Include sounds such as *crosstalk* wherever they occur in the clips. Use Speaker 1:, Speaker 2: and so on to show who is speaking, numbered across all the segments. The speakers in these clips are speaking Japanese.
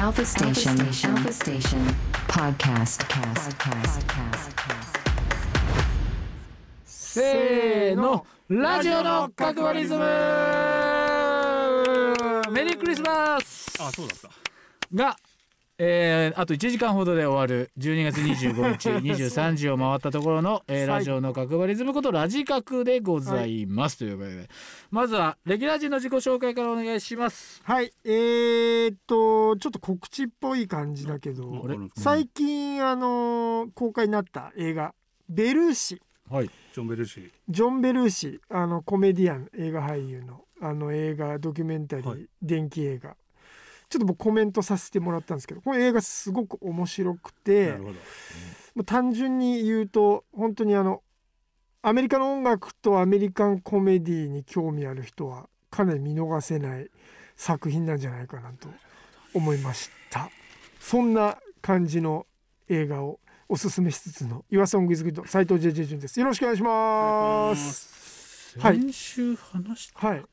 Speaker 1: Alpha Station. Alpha Station. Podcast. Podcast.
Speaker 2: せーのラジオの角割りズムメリークリスマス
Speaker 3: あ、そうだった。
Speaker 2: が、えーあと1時間ほどで終わる12月25日23時を回ったところの、えー
Speaker 3: はい
Speaker 2: ラジオの角張りズムことラジカクでございます、ということでまずはレギュラー陣の自己紹介からお願いします
Speaker 4: はい、えー、っとちょっと告知っぽい感じだけ
Speaker 2: あ
Speaker 4: ど
Speaker 2: れ
Speaker 3: わかるんですか
Speaker 4: 最近あのー公開になった映画「ベルーシ」
Speaker 2: はい
Speaker 3: ジョンベルシー。
Speaker 4: ジョン・ベルーシあのコメディアン映画俳優のあの映画ドキュメンタリー、
Speaker 3: はい
Speaker 4: 電気映画ちょっと僕コメントさせてもらったんですけどこの映画すごく面白くて
Speaker 3: なるほど。
Speaker 4: もう単純に言うと本当にあのアメリカの音楽とアメリカンコメディに興味ある人はかなり見逃せない作品なんじゃないかなと思いましたそんな感じの映画をおすすめしつつの「YourSongIsGood」斎藤 JJ 潤ですよろしくお願いしますはい
Speaker 2: 先週話して
Speaker 4: はい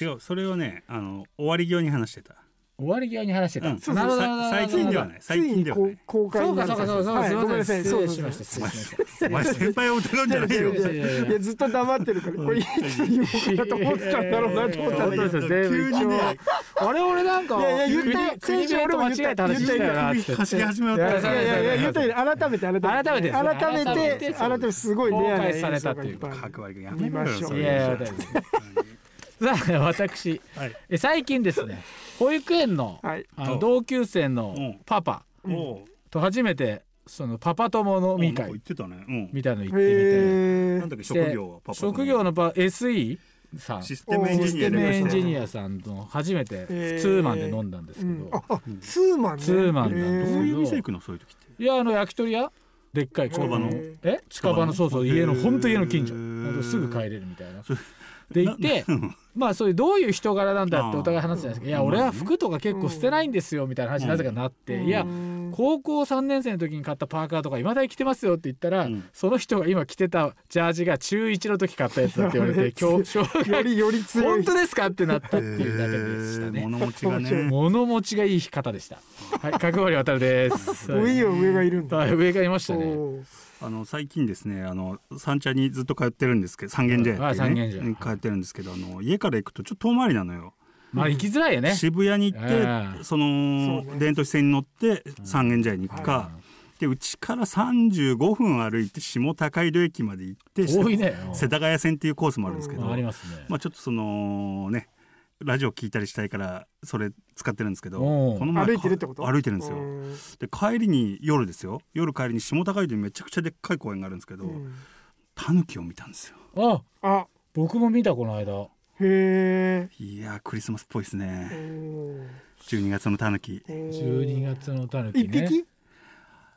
Speaker 3: 違う、それはね、あの、終わり際に話して
Speaker 2: *laughs*
Speaker 3: た。
Speaker 2: 終わり際に話してた、
Speaker 3: うん
Speaker 4: そう
Speaker 2: な
Speaker 4: そう
Speaker 2: るほどなるほど
Speaker 3: さ最近ではない。
Speaker 4: つい
Speaker 3: 最近
Speaker 4: に
Speaker 3: では
Speaker 4: こ
Speaker 3: な
Speaker 4: う
Speaker 3: い。
Speaker 4: 公開
Speaker 2: そう
Speaker 4: にな
Speaker 2: か
Speaker 4: る
Speaker 2: そうかそうかそうか、
Speaker 4: はい
Speaker 2: すい
Speaker 4: ご
Speaker 2: ま
Speaker 4: めんな
Speaker 2: せん
Speaker 4: さい
Speaker 2: 失
Speaker 4: そう
Speaker 2: 礼
Speaker 4: そう
Speaker 2: し
Speaker 4: そう
Speaker 2: ました失礼しました
Speaker 3: お前先輩を疑うんじゃないよ
Speaker 2: い
Speaker 4: い。やい
Speaker 2: やいやいや
Speaker 4: やいやずっと黙ってるからこれいつ言おうかなと思ってたんだろうなと思ったんだけ
Speaker 2: そ
Speaker 4: ど
Speaker 2: うそうそう
Speaker 3: 急にね、
Speaker 2: あれ俺なんか
Speaker 4: いやいや言ったよ
Speaker 2: 国国名と間違えた話したよなっつって
Speaker 3: かしげ始めようと思っ
Speaker 4: いやいやいや言うたように改めて改め
Speaker 2: 改めて
Speaker 4: て
Speaker 2: ですね
Speaker 4: 改め
Speaker 2: 改め
Speaker 4: て
Speaker 2: て
Speaker 4: 改めてすごいレアな映像
Speaker 2: 公開さ
Speaker 4: が
Speaker 2: れたという
Speaker 4: っぱいある
Speaker 3: た。角割りがやめろ
Speaker 4: 見ましょ
Speaker 3: よ。
Speaker 4: う
Speaker 3: そ
Speaker 2: い
Speaker 3: れ
Speaker 2: やいや大丈夫さあ私
Speaker 3: はい。
Speaker 2: え最近ですね保育園の
Speaker 4: はい
Speaker 2: あ
Speaker 3: う
Speaker 2: の
Speaker 3: ん
Speaker 2: 同級生
Speaker 3: う
Speaker 2: の
Speaker 3: ん
Speaker 2: パパ
Speaker 3: おう
Speaker 2: と初めてそのパパ友の飲み
Speaker 3: おうなんか言
Speaker 2: 会
Speaker 3: ってたね。うん。
Speaker 2: みたいの行って
Speaker 4: へ
Speaker 3: な
Speaker 4: ー
Speaker 3: んだっけ、
Speaker 2: みて
Speaker 3: 職業はパパ。
Speaker 2: 職業。のパ SE さんシ
Speaker 3: シ
Speaker 2: ス
Speaker 3: ステムエンジニ
Speaker 2: テ
Speaker 3: ア
Speaker 2: ム
Speaker 3: で
Speaker 2: エ
Speaker 3: い
Speaker 2: ン
Speaker 3: らっしゃ
Speaker 2: ジ
Speaker 3: る
Speaker 2: ニアさんと初めてツ
Speaker 4: えー
Speaker 2: ーマンで飲んだんです
Speaker 4: う
Speaker 2: け
Speaker 4: ん
Speaker 2: ど
Speaker 4: ああツーマンね
Speaker 2: ツーマンなんだ
Speaker 3: どう
Speaker 4: へ
Speaker 3: い
Speaker 4: ー
Speaker 3: う店行くのそういう時って。
Speaker 2: いやあの焼き鳥屋でっかい
Speaker 3: 近場の
Speaker 2: え近場のそうそう家の
Speaker 3: へー
Speaker 2: ほんと家の近所ほんとすぐ帰れるみたいな
Speaker 3: それ
Speaker 2: で行ってまあそういうどういう人柄なんだってお互い話してたんですけどいや
Speaker 3: うん
Speaker 2: 俺は服とか結構捨てないんですよみたいな話になぜかなっていや
Speaker 4: うん
Speaker 2: 高校3年生の時に買ったパーカーとかいまだに着てますよって言ったら、
Speaker 3: うん
Speaker 2: その人が今着てたジャージが中1の時買ったやつだって言われ
Speaker 4: そ
Speaker 2: て
Speaker 4: れ
Speaker 2: 今日小学
Speaker 4: よりより強
Speaker 2: 本
Speaker 4: い
Speaker 2: 当ですかってなったっていうだけでした
Speaker 3: へー
Speaker 2: ね。
Speaker 3: 物持ちがね。
Speaker 2: 物持ちがいい方でした。はい、角張渡です。
Speaker 4: 上よ上がいるんだ
Speaker 2: はい、上がいましたね。
Speaker 4: おー
Speaker 3: あの最近ですねあの三茶にずっと通ってるんですけど三軒茶屋って
Speaker 2: あ三
Speaker 3: い
Speaker 2: 軒茶
Speaker 3: う
Speaker 2: 屋
Speaker 3: ねに通ってるんですけどあの家から行くとちょっと遠回りなのよ
Speaker 2: まあ、行きづらいよね。
Speaker 3: 渋谷に行っ
Speaker 2: う
Speaker 3: て
Speaker 2: ん
Speaker 3: その
Speaker 4: そうね
Speaker 3: 電都市線に乗って三軒茶屋に行く
Speaker 2: は
Speaker 3: かでうちから35分歩いて下高井戸駅まで行って
Speaker 2: 多いね。
Speaker 3: 世田谷線っていうコースもあるんですけ
Speaker 2: う
Speaker 3: ど
Speaker 2: んありますね。
Speaker 3: まあちょっとそのねラジオ聞いたりしたいからそれ使ってるんですけど
Speaker 2: おう
Speaker 3: この
Speaker 4: 歩いてるってこと
Speaker 3: 歩いてるんですよ
Speaker 4: うん
Speaker 3: で帰りに夜ですよ夜帰りに下高井戸にめちゃくちゃでっかい公園があるんですけど
Speaker 4: うん
Speaker 3: タヌキを見たんですよ
Speaker 2: あ、
Speaker 4: あ
Speaker 2: 僕も見たこの間。
Speaker 4: へ
Speaker 3: いやークリスマスっぽいです
Speaker 4: え
Speaker 3: ね12月のタヌキ
Speaker 2: 12月のたぬき
Speaker 4: 一
Speaker 2: ね。
Speaker 4: 匹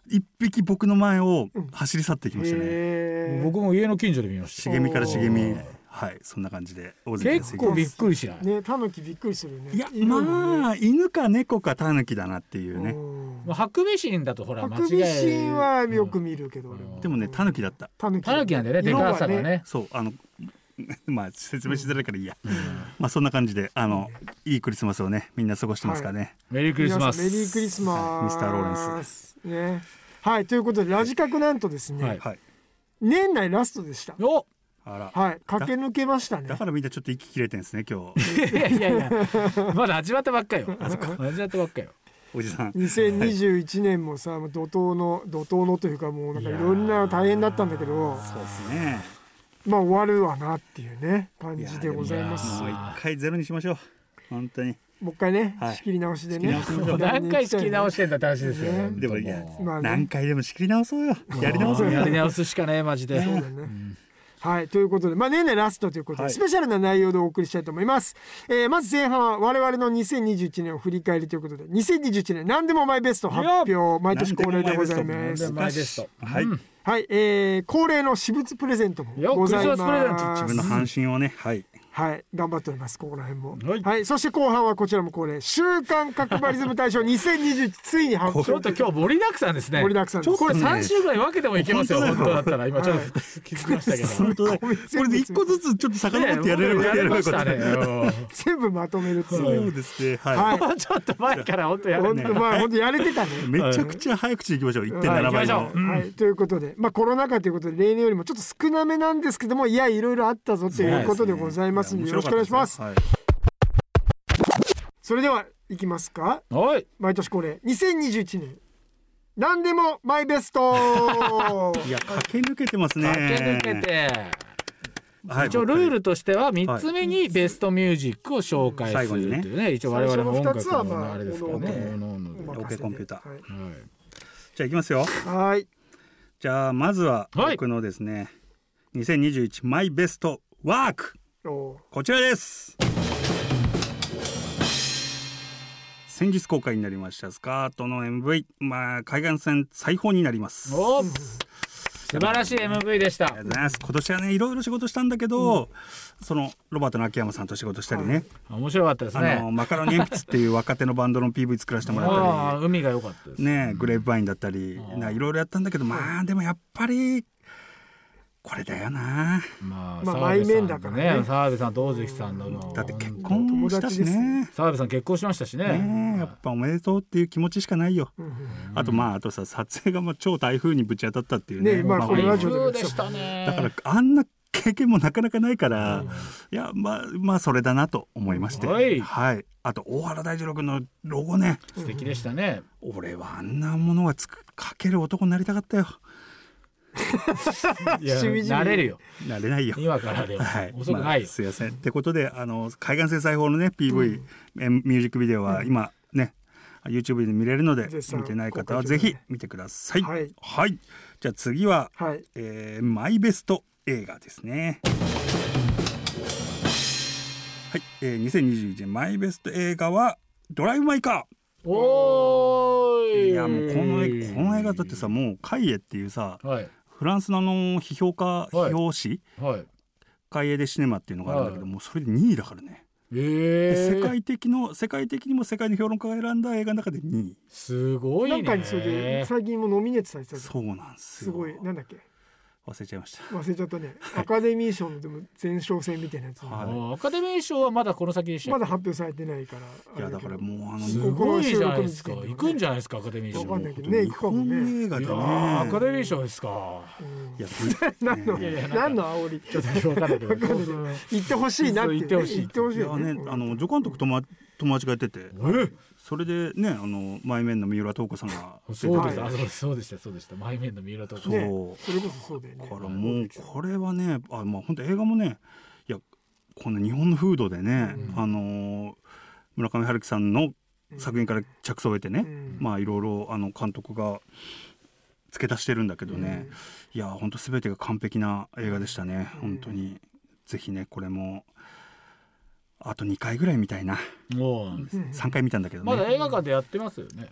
Speaker 3: 一匹僕の前を
Speaker 4: うん
Speaker 3: 走り去っていきましたね、
Speaker 4: へー
Speaker 2: 僕も家の近所で見ました。
Speaker 3: 茂みから茂み
Speaker 2: おー
Speaker 3: はいそんな感じで大勢で
Speaker 2: 結構びっくりしない。
Speaker 4: ねタヌキびっくりするね
Speaker 3: いや
Speaker 4: るもんね
Speaker 3: まあ犬か猫かタヌキだなっていうね
Speaker 4: うん
Speaker 2: まあ、ハクビシンだとほら間違
Speaker 4: ハクビ
Speaker 2: え
Speaker 4: シンはよく
Speaker 2: うん
Speaker 4: 見るけど、俺
Speaker 2: うん
Speaker 3: でもねタヌキだった
Speaker 4: タヌキ
Speaker 2: タヌキなんだよねで
Speaker 4: 色は
Speaker 2: かさがね
Speaker 3: そうあの *laughs* まあ説明しづらいからいいや、まあそんな感じであのいいクリスマスをねみんな過ごしてますからね、
Speaker 2: メリークリスマス
Speaker 4: 皆さんメリークリスマス、
Speaker 3: はいミスターローレン
Speaker 4: スねはいということでラジカクなんとですね、
Speaker 2: はい
Speaker 3: はい
Speaker 4: 年内ラストでした
Speaker 2: お
Speaker 3: あら、
Speaker 4: はい駆け抜けましたね
Speaker 3: だからみんなちょっと息切れてんですね今日
Speaker 2: いやいやいや
Speaker 4: *laughs*
Speaker 2: まだ始まったばっかよ始まったばっかよ
Speaker 3: おじさん
Speaker 4: 2021年もさ怒涛の怒涛のというかもうなんかいろんな大変だったんだけど
Speaker 3: そうですね
Speaker 4: まあ終わるわなっていうね感
Speaker 3: いや
Speaker 4: じでございます
Speaker 2: や
Speaker 3: もう一回ゼロにしましょう本当に
Speaker 4: もう一回ね、
Speaker 3: はい
Speaker 4: 仕切り直しでね
Speaker 3: 仕切り直しましょう
Speaker 2: 何回仕切り直
Speaker 4: し
Speaker 2: してんだって話ですよ
Speaker 4: ね
Speaker 2: 本当
Speaker 3: でもいや
Speaker 2: もう
Speaker 4: まあね
Speaker 3: 何回でも仕切り直そうよやり直そう
Speaker 2: もうや
Speaker 3: よ
Speaker 2: り直すしかねマジで
Speaker 4: そうだね。はいということで、まあ、年内ラストということで、
Speaker 3: はい
Speaker 4: スペシャルな内容でお送りしたいと思います、えーまず前半は我々の2021年を振り返りということで2021年何でもマイベスト発表毎年恒例でございま
Speaker 2: 何ですもマイベスト
Speaker 3: はい、
Speaker 4: はい、えー、恒例の私物プレゼントも
Speaker 2: よ
Speaker 4: ございま
Speaker 2: クリス
Speaker 4: す
Speaker 2: マスプレゼント
Speaker 3: 自分の半身をねはい
Speaker 4: はい頑張っておりますここら辺も
Speaker 2: はい
Speaker 4: そして後半はこちらも恒例週刊角張リズム大賞2021ついに発
Speaker 2: ちょっと
Speaker 4: 表
Speaker 2: 今日盛りだくさんですね
Speaker 4: 盛りだくさんです
Speaker 2: これ
Speaker 3: ちょっとね
Speaker 2: 3週ぐらい分けてもいけますよ
Speaker 3: 本
Speaker 2: 本
Speaker 3: 当
Speaker 2: 当
Speaker 3: だよ
Speaker 2: だったら今ちょっ
Speaker 4: はい
Speaker 2: と気づきましたけど
Speaker 3: 本当だこれで一個ずつちょっと遡ってやれる
Speaker 2: ね
Speaker 3: や
Speaker 2: や
Speaker 3: れ
Speaker 2: れ
Speaker 3: る
Speaker 2: ま
Speaker 3: こ
Speaker 2: し
Speaker 3: と
Speaker 2: たねうん
Speaker 4: 全部まとめるってい
Speaker 3: そううです *laughs* ね
Speaker 4: は
Speaker 3: はい
Speaker 2: もうちょっと前から本当やる
Speaker 4: 本
Speaker 2: ね
Speaker 4: 当まあ本当やれてたね
Speaker 3: いめちゃくちゃ早口でいきましょう
Speaker 2: はい行
Speaker 3: 1.7倍
Speaker 2: きましょ
Speaker 3: の
Speaker 2: ううん
Speaker 4: はい、ということで、まあ、コロナ禍ということで例年よりもちょっと少なめなんですけどもいやいろいろあったぞということでございますのでよろしくお願いします。
Speaker 3: はい
Speaker 4: それではいきますか
Speaker 2: はい
Speaker 4: 毎年恒例2021年何でもマイベ
Speaker 3: *laughs*
Speaker 4: スト
Speaker 3: いや駆け抜けてますね
Speaker 2: 駆け抜けて
Speaker 3: はい
Speaker 2: 一応ルールとしては3つ目にベストベストミュージックを紹介するっていうね一応我々の音楽
Speaker 4: 最初の二つはま
Speaker 2: の
Speaker 4: あ
Speaker 2: あれですからね
Speaker 3: お
Speaker 2: おのおので
Speaker 3: オッケーコンピューター
Speaker 4: はい
Speaker 2: はい
Speaker 3: じゃあいきますよ
Speaker 4: はい
Speaker 3: じゃあまずは
Speaker 2: はい
Speaker 3: 僕のですね2021マイベストワーク
Speaker 4: お
Speaker 3: こちらです先日公開になりましたスカートの MV、まあ、海岸線最高になりますありが
Speaker 2: お素晴らしい MV でした
Speaker 3: とうございます今年はねいろいろ仕事したんだけど、そのロバートの秋山さんと仕事したりね、
Speaker 2: 面白かったです
Speaker 3: あの
Speaker 2: ね
Speaker 3: マカロニ鉛筆っていう若手のバンドの PV 作らせてもらった
Speaker 2: *laughs* ああ海が良かったです
Speaker 3: りねグレープワインだったり
Speaker 2: あー
Speaker 3: ないろいろやったんだけどまあでもやっぱりこれだよな
Speaker 2: まあ
Speaker 4: まあ
Speaker 2: 澤部さん
Speaker 4: 前面だ
Speaker 2: と
Speaker 4: から
Speaker 2: ね
Speaker 4: ね
Speaker 2: 澤部さんと大関さんの
Speaker 3: だって結婚もしたし
Speaker 4: 友達です
Speaker 3: ね
Speaker 2: 澤部さん結婚しましたし
Speaker 3: ねえや
Speaker 2: ね
Speaker 3: っぱおめでとうっていう気持ちしかないよ、
Speaker 4: うんうん
Speaker 3: あとまああとさ撮影がまあ超台風にぶち当たったっていうね
Speaker 4: ねまあ
Speaker 3: まあ
Speaker 4: これは
Speaker 2: 台
Speaker 4: ちょっ
Speaker 2: 風でしたね
Speaker 3: だからあんな経験もなかなかないから、いやまあまあそれだなと思いまして、
Speaker 2: はい
Speaker 3: はい、あと大原大二郎君のロゴね
Speaker 2: 素敵でしたね
Speaker 3: 俺はあんなものはつく書ける男になりたかったよ
Speaker 2: いや
Speaker 4: しみじみ
Speaker 2: 慣れるよ
Speaker 3: なれないよ
Speaker 2: 今からでも
Speaker 3: *laughs* はい、
Speaker 2: 遅くない
Speaker 3: まあ
Speaker 2: よ
Speaker 3: すいません。ってことで、あの海岸線裁縫のね PV、えミュージックビデオは今ね、YouTube で見れるので
Speaker 4: 絶賛
Speaker 3: 見てない方
Speaker 4: 公
Speaker 3: は
Speaker 4: 開中
Speaker 3: ぜ
Speaker 4: で
Speaker 3: ひ見てください。
Speaker 4: はい
Speaker 3: じゃあ次は、
Speaker 4: はい
Speaker 3: えーマイベスト映画ですね。はい、えー、2021年マイベスト映画はドライブマイカ
Speaker 2: お
Speaker 3: ー。
Speaker 2: ーい
Speaker 3: いやもうこの絵この映画だってさもうカイエっていうさ
Speaker 2: はい
Speaker 3: フランスのあの批評家
Speaker 2: はい
Speaker 3: 批評誌
Speaker 2: はい
Speaker 3: 海エでシネマっていうのがあるんだけど、
Speaker 2: はい
Speaker 3: もうそれで2位だからね、
Speaker 2: え
Speaker 3: で世
Speaker 2: ー
Speaker 3: 界的の世界的にも世界の評論家が選んだ映画の中で2位
Speaker 2: すごい
Speaker 4: な
Speaker 2: ね
Speaker 4: んかにそれで最近もノミネートされてたじゃん
Speaker 3: そうなんです
Speaker 4: す
Speaker 3: よ
Speaker 4: ごいなんだっけ
Speaker 3: 忘れちゃいました
Speaker 4: 忘れちゃったねアカデミー賞のでも前哨戦みたいなやつ
Speaker 2: あ
Speaker 3: は
Speaker 4: ま
Speaker 2: ーアカデミー賞はまだこの先でしたっけ
Speaker 4: だ発表されてないから
Speaker 3: いやだから
Speaker 4: う
Speaker 3: もうあ
Speaker 2: す
Speaker 3: の
Speaker 4: ご
Speaker 2: ご
Speaker 4: い
Speaker 2: いじゃないですか。行くんじゃないですか、アカデミー賞。
Speaker 4: わかんないけど
Speaker 2: い
Speaker 4: ね
Speaker 3: 日
Speaker 4: 行くかも
Speaker 3: 本
Speaker 4: ね
Speaker 3: 映画で
Speaker 2: や
Speaker 3: ね
Speaker 2: ーアカデミー賞ですか。
Speaker 4: うん
Speaker 3: いや
Speaker 4: 何の
Speaker 2: いやいやなんか
Speaker 4: 何の煽り
Speaker 2: ちょっとわかんないけど。
Speaker 4: *laughs* 行ってほしいなっ
Speaker 2: そ
Speaker 4: て
Speaker 2: う行ってほしい
Speaker 4: 行ってほしい
Speaker 3: ぶ
Speaker 4: よ
Speaker 3: い
Speaker 4: ね
Speaker 3: やねあの助監督と、ま、友達がやっててそれでねあの前面の三浦透子さんが
Speaker 2: え、
Speaker 3: 出て
Speaker 2: そうで
Speaker 3: て
Speaker 2: す。あ、そうそうでした、そうでした。前面の三浦と
Speaker 3: そ
Speaker 2: か
Speaker 3: う、。
Speaker 4: ねそれこそそうだよね
Speaker 3: だからもうこれはねあまあ本当映画もねいやこの日本の風土でね、
Speaker 4: うん
Speaker 3: あのー村上春樹さんの作品から着想を得てね、
Speaker 4: うん
Speaker 3: まあいろいろあの監督が付け足してるんだけどね、いや本当全てが完璧な映画でしたね、
Speaker 4: ん
Speaker 3: 本当にぜひねこれもあと2回ぐらい見たいな、
Speaker 2: もう。
Speaker 4: うん
Speaker 3: 3回見たんだけどね、
Speaker 2: まだ映画館でやってますよね。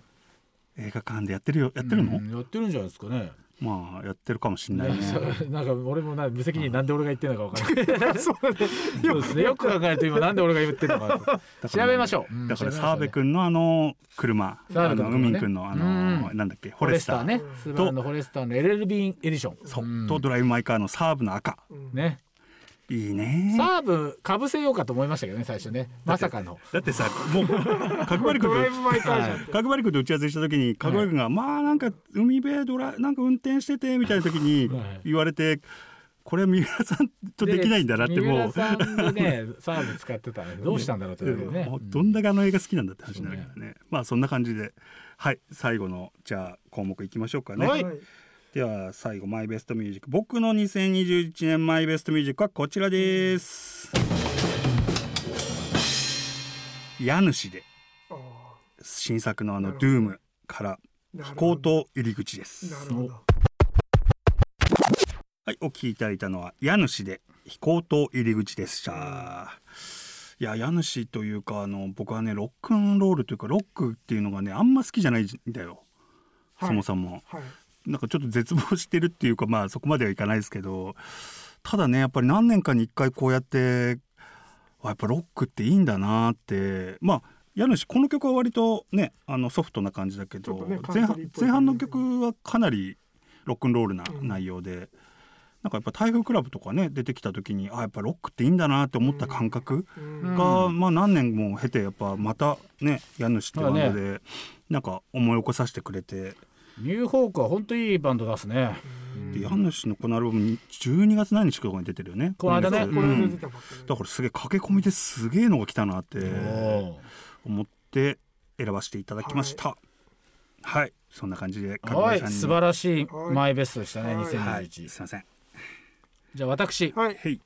Speaker 3: 映画館でやってるよやってるの、
Speaker 2: うんやってるんじゃないですかね。
Speaker 3: まあやってるかもしんない
Speaker 2: *laughs*
Speaker 3: ね
Speaker 2: そう *laughs* なんか俺もな無責任になんで俺が言ってるのかわからない。
Speaker 4: そうだね
Speaker 2: *laughs* そうですね。よく考えると今なんで俺が言ってるのか
Speaker 3: だか
Speaker 2: 調
Speaker 3: ら
Speaker 2: べましょう。うん
Speaker 3: だから
Speaker 2: 調べましょうね
Speaker 3: 澤部君のあの車、
Speaker 2: 澤
Speaker 3: あ
Speaker 2: 部君
Speaker 3: の
Speaker 2: の
Speaker 3: 海く君のあの
Speaker 2: う
Speaker 3: なんだっけフ
Speaker 2: フォ
Speaker 3: ォレ
Speaker 2: レ
Speaker 3: ス
Speaker 2: ス
Speaker 3: タ
Speaker 2: ター
Speaker 3: ー
Speaker 2: ね。スバルのフォレスターの LL ビンエディション。
Speaker 3: そう
Speaker 2: うん
Speaker 3: とドライブマイカーのサーブの赤
Speaker 2: ね。
Speaker 3: いいね
Speaker 2: サーブかぶせようかと思いましたけどね最初ねまさかの
Speaker 3: だってさもう角張り君
Speaker 4: ドライブ
Speaker 3: と
Speaker 4: マイカーじゃん
Speaker 3: 角張り君と打ち合わせした時に角張り君が、まあなんか海辺ドラなんか運転しててみたいな時に
Speaker 2: はい
Speaker 3: 言われて、これは三浦さんとできないんだなってもう
Speaker 2: 三浦さんでねサーブ使ってたらどうしたんだろうってことでね
Speaker 3: もうどんだけあの映画好きなんだって話になるからねまあそんな感じではい最後のじゃあ項目いきましょうかね、
Speaker 2: はい
Speaker 3: では最後マイベストミュージック僕の2021年マイベストミュージックはこちらです家主で
Speaker 4: あ
Speaker 3: 新作のあの
Speaker 4: なる
Speaker 3: 「DOOM」から
Speaker 4: ーなる
Speaker 3: 「
Speaker 4: ほど
Speaker 3: 高等入り口」です
Speaker 4: なるほど
Speaker 3: はいお聴きいただいたのは家主で「飛行と入り口」でしたいや家主というかあの僕はねロックンロールというかロックっていうのがねあんま好きじゃないんだよ、
Speaker 4: はい
Speaker 3: そもそも
Speaker 4: はい
Speaker 3: なんかちょっと絶望してるっていうかまあそこまではいかないですけどただねやっぱり何年かに一回こうやってあやっぱロックっていいんだなってまあ家主この曲は割とねあのソフトな感じだけ
Speaker 4: ちょっ
Speaker 3: ど、
Speaker 4: とね
Speaker 3: 前
Speaker 4: カント
Speaker 3: 半
Speaker 4: リーっぽい
Speaker 3: 前半の曲はかなりロックンロールな
Speaker 4: うん
Speaker 3: 内容で、なんかやっぱ台風クラブとかね出てきた時にあやっぱロックっていいんだなって思った感覚、
Speaker 4: うん
Speaker 3: が、
Speaker 2: う
Speaker 3: まあ何年も経てやっぱまたね家主っていうバンド
Speaker 2: そう
Speaker 3: で、なんか思い起こさせてくれて、
Speaker 2: ニューホークは本当にいいバンド出すね。
Speaker 3: で家主のこのアルバム12月何日かに出てるよね
Speaker 2: この間ね
Speaker 3: 今月
Speaker 4: これ
Speaker 2: うん
Speaker 4: で出たばっかり
Speaker 3: だからすげえ駆け込みですげえのが来たなって
Speaker 2: お
Speaker 3: 思って選ばせていただきましたはい、そんな感じで
Speaker 2: ーはい、素晴
Speaker 3: ら
Speaker 2: らしい
Speaker 4: はい
Speaker 2: マイベストでしたね、
Speaker 4: はい
Speaker 3: はい
Speaker 2: 2021。
Speaker 3: すいません
Speaker 2: じゃあ私、
Speaker 4: はい
Speaker 3: はい